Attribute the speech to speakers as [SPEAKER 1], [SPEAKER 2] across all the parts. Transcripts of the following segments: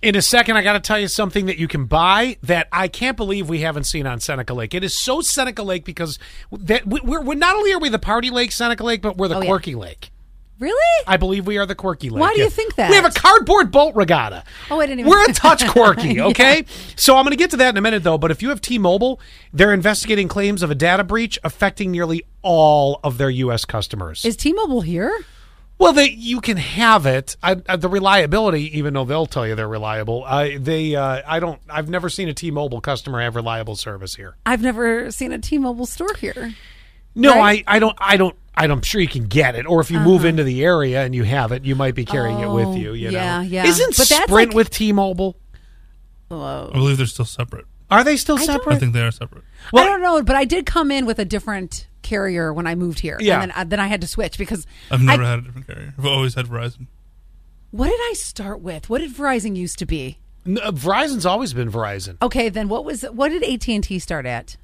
[SPEAKER 1] In a second, I got to tell you something that you can buy that I can't believe we haven't seen on Seneca Lake. It is so Seneca Lake because that we- we're, we're not only are we the party lake Seneca Lake, but we're the
[SPEAKER 2] Oh, yeah.
[SPEAKER 1] quirky lake.
[SPEAKER 2] Really?
[SPEAKER 1] I believe we are the quirky lake.
[SPEAKER 2] Why do
[SPEAKER 1] Yeah.
[SPEAKER 2] you think that?
[SPEAKER 1] We have a cardboard boat regatta.
[SPEAKER 2] Oh, I didn't even-
[SPEAKER 1] We're a touch quirky, okay? So I'm going to get to that in a minute, though. But if you have T Mobile, they're investigating claims of a data breach affecting nearly all of their U.S. customers.
[SPEAKER 2] Is T-Mobile here?
[SPEAKER 1] well, they, you can have it. I, I, the reliability, even though they'll tell you they're reliable, I, they, uh, I don't. I've never seen a T Mobile customer have reliable service here.
[SPEAKER 2] I've never seen a T-Mobile store here.
[SPEAKER 1] No,
[SPEAKER 2] Right? Uh-huh.
[SPEAKER 1] I, I don't. I don't. I don't- I'm sure you can get it, or if you move into the area and you have it, you might be carrying it with
[SPEAKER 2] Oh,
[SPEAKER 1] you. You
[SPEAKER 2] yeah,
[SPEAKER 1] know,
[SPEAKER 2] yeah.
[SPEAKER 1] Isn't
[SPEAKER 2] But that's
[SPEAKER 1] Sprint
[SPEAKER 2] like-
[SPEAKER 1] with T-Mobile?
[SPEAKER 2] Whoa.
[SPEAKER 3] I believe they're still separate.
[SPEAKER 1] Are they still
[SPEAKER 2] don't-
[SPEAKER 1] separate?
[SPEAKER 3] I think they are separate.
[SPEAKER 1] Well-
[SPEAKER 2] I don't know, but I did come in with a different carrier when I moved here.
[SPEAKER 1] Yeah.
[SPEAKER 2] And then, I then I had to switch because
[SPEAKER 3] I've never
[SPEAKER 2] I-
[SPEAKER 3] had a different carrier. I've always had Verizon.
[SPEAKER 2] what did I start with? What did Verizon used to be?
[SPEAKER 1] N- uh, Verizon's always been Verizon.
[SPEAKER 2] Okay, then what was what did AT and T start at?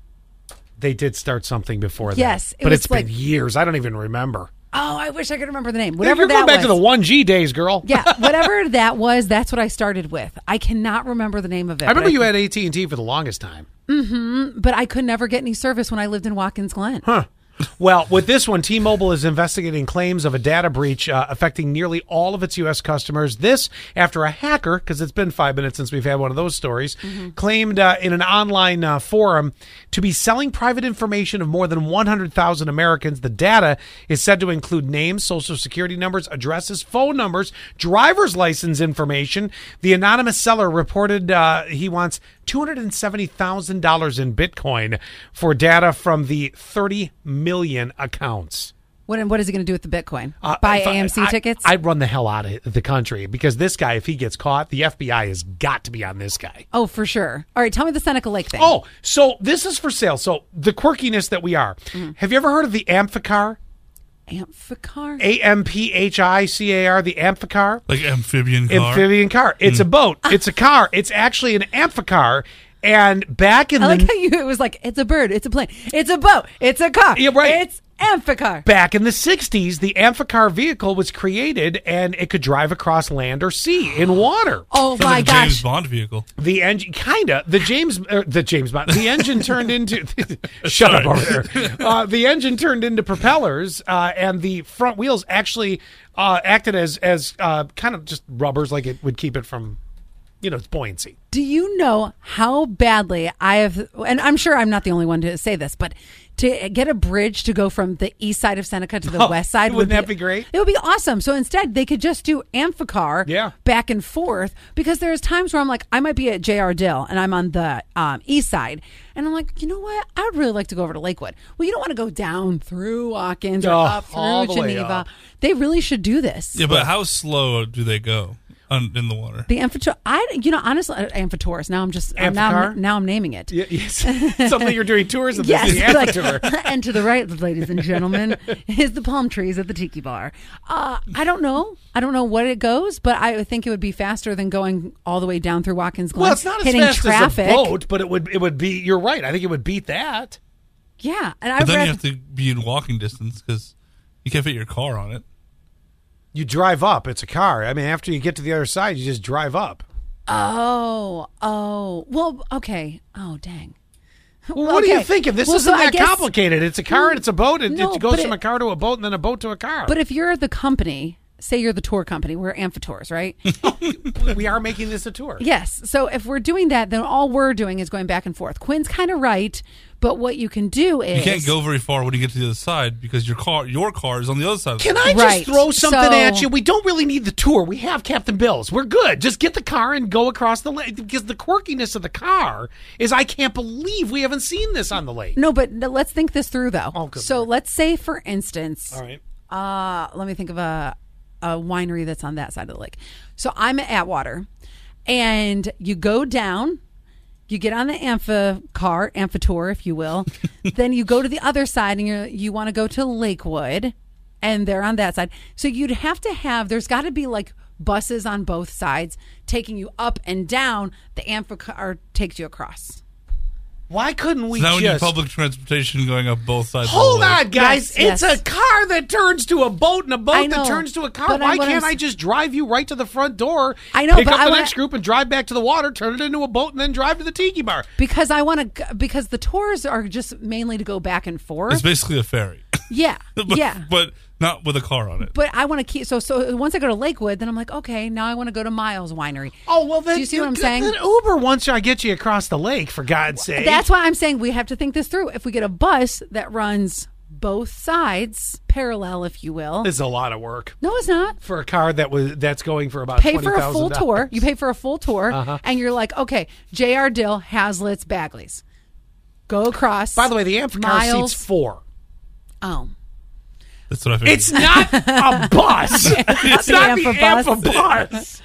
[SPEAKER 1] They did start something before that.
[SPEAKER 2] Yes, it
[SPEAKER 1] but
[SPEAKER 2] was
[SPEAKER 1] it's
[SPEAKER 2] like-
[SPEAKER 1] been years. I don't even remember.
[SPEAKER 2] Oh, I wish I could remember the name. Whatever
[SPEAKER 1] You're
[SPEAKER 2] that
[SPEAKER 1] going back
[SPEAKER 2] was.
[SPEAKER 1] to the one G days, girl.
[SPEAKER 2] yeah, whatever that was, that's what I started with. I cannot remember the name of it.
[SPEAKER 1] I remember
[SPEAKER 2] but
[SPEAKER 1] you had AT and T for the longest time.
[SPEAKER 2] but I could never get any service when I lived in Watkins Glen.
[SPEAKER 1] Well, with this one, T-Mobile is investigating claims of a data breach uh, affecting nearly all of its U.S. customers. This after a hacker, because it's been five minutes since we've had one of those stories, claimed uh, in an online uh, forum to be selling private information of more than 100,000 Americans. The data is said to include names, social security numbers, addresses, phone numbers, driver's license information. The anonymous seller reported uh, he wants $270,000 in Bitcoin for data from the 30 million accounts.
[SPEAKER 2] What what is he going to do with the Bitcoin?
[SPEAKER 1] Uh,
[SPEAKER 2] Buy
[SPEAKER 1] if I-
[SPEAKER 2] AMC
[SPEAKER 1] I-
[SPEAKER 2] tickets?
[SPEAKER 1] I'd run the hell out of the country because this guy, if he gets caught, the FBI has got to be on this guy.
[SPEAKER 2] oh, for sure. All right, tell me the Seneca Lake thing.
[SPEAKER 1] Oh, so this is for sale. So the quirkiness that we are.
[SPEAKER 2] Mm-hmm.
[SPEAKER 1] Have you ever heard of the Amphicar?
[SPEAKER 2] Amphicar.
[SPEAKER 1] A M P H I C A R, the Amphicar?
[SPEAKER 3] Like amphibian car.
[SPEAKER 1] Amphibian car. It's a boat. It's a car. It's actually an amphicar. And back in
[SPEAKER 2] I like
[SPEAKER 1] the
[SPEAKER 2] how you it was like it's a bird, it's a plane, it's a boat, it's a car,
[SPEAKER 1] Yeah, right.
[SPEAKER 2] It's amphicar.
[SPEAKER 1] Back in the 60s, the amphicar vehicle was created and it could drive across land or sea in water.
[SPEAKER 2] Oh
[SPEAKER 3] Sounds
[SPEAKER 2] my
[SPEAKER 3] like a
[SPEAKER 2] gosh!
[SPEAKER 3] James Bond vehicle.
[SPEAKER 1] The engine, kinda the James, er, the James Bond. The engine turned into shut up over there. Uh, the engine turned into propellers, uh, and the front wheels actually uh, acted as as uh, kind of just rubbers, like it would keep it from, you know, its buoyancy.
[SPEAKER 2] Do you know how badly I have, and I'm sure I'm not the only one to say this, but to get a bridge to go from the east side of Seneca to the
[SPEAKER 1] Oh,
[SPEAKER 2] west side
[SPEAKER 1] wouldn't
[SPEAKER 2] would
[SPEAKER 1] that be great?
[SPEAKER 2] It would be awesome. So instead, they could just do Amphicar
[SPEAKER 1] Yeah.
[SPEAKER 2] back and forth because there's times where I'm like, I might be at J.R. Dill and I'm on the um, east side. And I'm like, you know what? I would really like to go over to Lakewood. Well, you don't want to go down through Watkins or
[SPEAKER 1] Oh,
[SPEAKER 2] up
[SPEAKER 1] all
[SPEAKER 2] through
[SPEAKER 1] the way
[SPEAKER 2] Geneva.
[SPEAKER 1] up.
[SPEAKER 2] They really should do this.
[SPEAKER 3] Yeah, but how slow do they go on, in the water?
[SPEAKER 2] The amphitor, I you know honestly, uh, amphitorus. Now I'm just I'm now,
[SPEAKER 1] Amphicar?
[SPEAKER 2] now I'm naming it.
[SPEAKER 1] Yeah, yes, something you're doing tours of this
[SPEAKER 2] Yes,
[SPEAKER 1] is the
[SPEAKER 2] like-
[SPEAKER 1] amphicar.
[SPEAKER 2] and to the right, ladies and gentlemen, is the palm trees at the tiki bar. Uh, I don't know. I don't know what it goes, but I would think it would be faster than going all the way down through Watkins Glen.
[SPEAKER 1] well, it's not as
[SPEAKER 2] hitting
[SPEAKER 1] fast
[SPEAKER 2] traffic.
[SPEAKER 1] as a boat, but it would it would be. You're right. I think it would beat that.
[SPEAKER 2] Yeah, and I
[SPEAKER 3] But then
[SPEAKER 2] read
[SPEAKER 3] you have to be in walking distance because you can't fit your car on it.
[SPEAKER 1] You drive up. It's a car. I mean, after you get to the other side, you just drive up.
[SPEAKER 2] Oh, oh. Well, okay. Oh, dang.
[SPEAKER 1] Well, what are you
[SPEAKER 2] okay.
[SPEAKER 1] thinking? This
[SPEAKER 2] Well,
[SPEAKER 1] isn't
[SPEAKER 2] so I
[SPEAKER 1] that
[SPEAKER 2] guess-
[SPEAKER 1] complicated. It's a car and it's a boat. It,
[SPEAKER 2] No,
[SPEAKER 1] it goes
[SPEAKER 2] but
[SPEAKER 1] from
[SPEAKER 2] it-
[SPEAKER 1] a car to a boat and then a boat to a car.
[SPEAKER 2] But if you're the company, say you're the tour company, we're Amphitours, right?
[SPEAKER 1] we are making this a tour.
[SPEAKER 2] Yes. So if we're doing that, then all we're doing is going back and forth. Quinn's kind of right, but what you can do is
[SPEAKER 3] You can't go very far when you get to the other side because your car your car is on the other side. Of the
[SPEAKER 1] Can
[SPEAKER 3] road.
[SPEAKER 1] I just
[SPEAKER 2] Right.
[SPEAKER 1] throw something
[SPEAKER 2] So-
[SPEAKER 1] at you? We don't really need the tour. We have Captain Bill's. We're good. Just get the car and go across the lake because the quirkiness of the car is I can't believe we haven't seen this on the lake.
[SPEAKER 2] No, but n- let's think this through though.
[SPEAKER 1] Oh, good
[SPEAKER 2] so
[SPEAKER 1] Lord.
[SPEAKER 2] let's say, for instance,
[SPEAKER 1] All right.
[SPEAKER 2] uh, let me think of a a winery that's on that side of the lake. So I'm at Atwater, and you go down. You get on the amphi car, amphitor, if you will. then you go to the other side, and you you want to go to Lakewood, and they're on that side. So you'd have to have. There's got to be like buses on both sides taking you up and down. The amphicar takes you across.
[SPEAKER 1] Why couldn't we
[SPEAKER 3] Now we need
[SPEAKER 1] just
[SPEAKER 3] public transportation going up both sides. of the
[SPEAKER 1] Hold
[SPEAKER 3] lake.
[SPEAKER 1] on, guys. it's
[SPEAKER 2] Yes, Oh yes.
[SPEAKER 1] a car that turns to a boat and a
[SPEAKER 2] I
[SPEAKER 1] boat
[SPEAKER 2] know,
[SPEAKER 1] that turns to a car.
[SPEAKER 2] but I-
[SPEAKER 1] Why
[SPEAKER 2] what I'm
[SPEAKER 1] can't
[SPEAKER 2] s-
[SPEAKER 1] I just drive you right to the front door?
[SPEAKER 2] I know,
[SPEAKER 1] Pick
[SPEAKER 2] but
[SPEAKER 1] up
[SPEAKER 2] I
[SPEAKER 1] the
[SPEAKER 2] wanna-
[SPEAKER 1] next group and drive back to the water, turn it into a boat, and then drive to the tiki bar.
[SPEAKER 2] because I want to because the tours are just mainly to go back and
[SPEAKER 3] It's
[SPEAKER 2] forth.
[SPEAKER 3] basically a ferry.
[SPEAKER 2] yeah,
[SPEAKER 3] but,
[SPEAKER 2] yeah.
[SPEAKER 3] But not with a car on it.
[SPEAKER 2] But I want to keep so so. Once I go to Lakewood, then I'm like, okay, now I want to go to Miles Winery.
[SPEAKER 1] Oh well, then
[SPEAKER 2] do you see what I'm saying?
[SPEAKER 1] Then Uber once I get you across the lake, for God's sake.
[SPEAKER 2] That's why I'm saying we have to think this through. If we get a bus that runs both sides, parallel, if you will.
[SPEAKER 1] this is a lot of work
[SPEAKER 2] no, it's not.
[SPEAKER 1] for a car that was that's going for about
[SPEAKER 2] Pay for a full
[SPEAKER 1] $20,000.
[SPEAKER 2] tour. You pay for a full tour,
[SPEAKER 1] Uh-huh.
[SPEAKER 2] and you're like, okay, J.R. Dill, Hazlitt's, Bagley's. Go across.
[SPEAKER 1] By the way, the amphicar
[SPEAKER 2] Miles-
[SPEAKER 1] seats four.
[SPEAKER 2] oh,
[SPEAKER 3] That's what I figured.
[SPEAKER 1] It's not a bus. it's
[SPEAKER 2] the
[SPEAKER 1] not the
[SPEAKER 2] amphibus.
[SPEAKER 1] amphibus.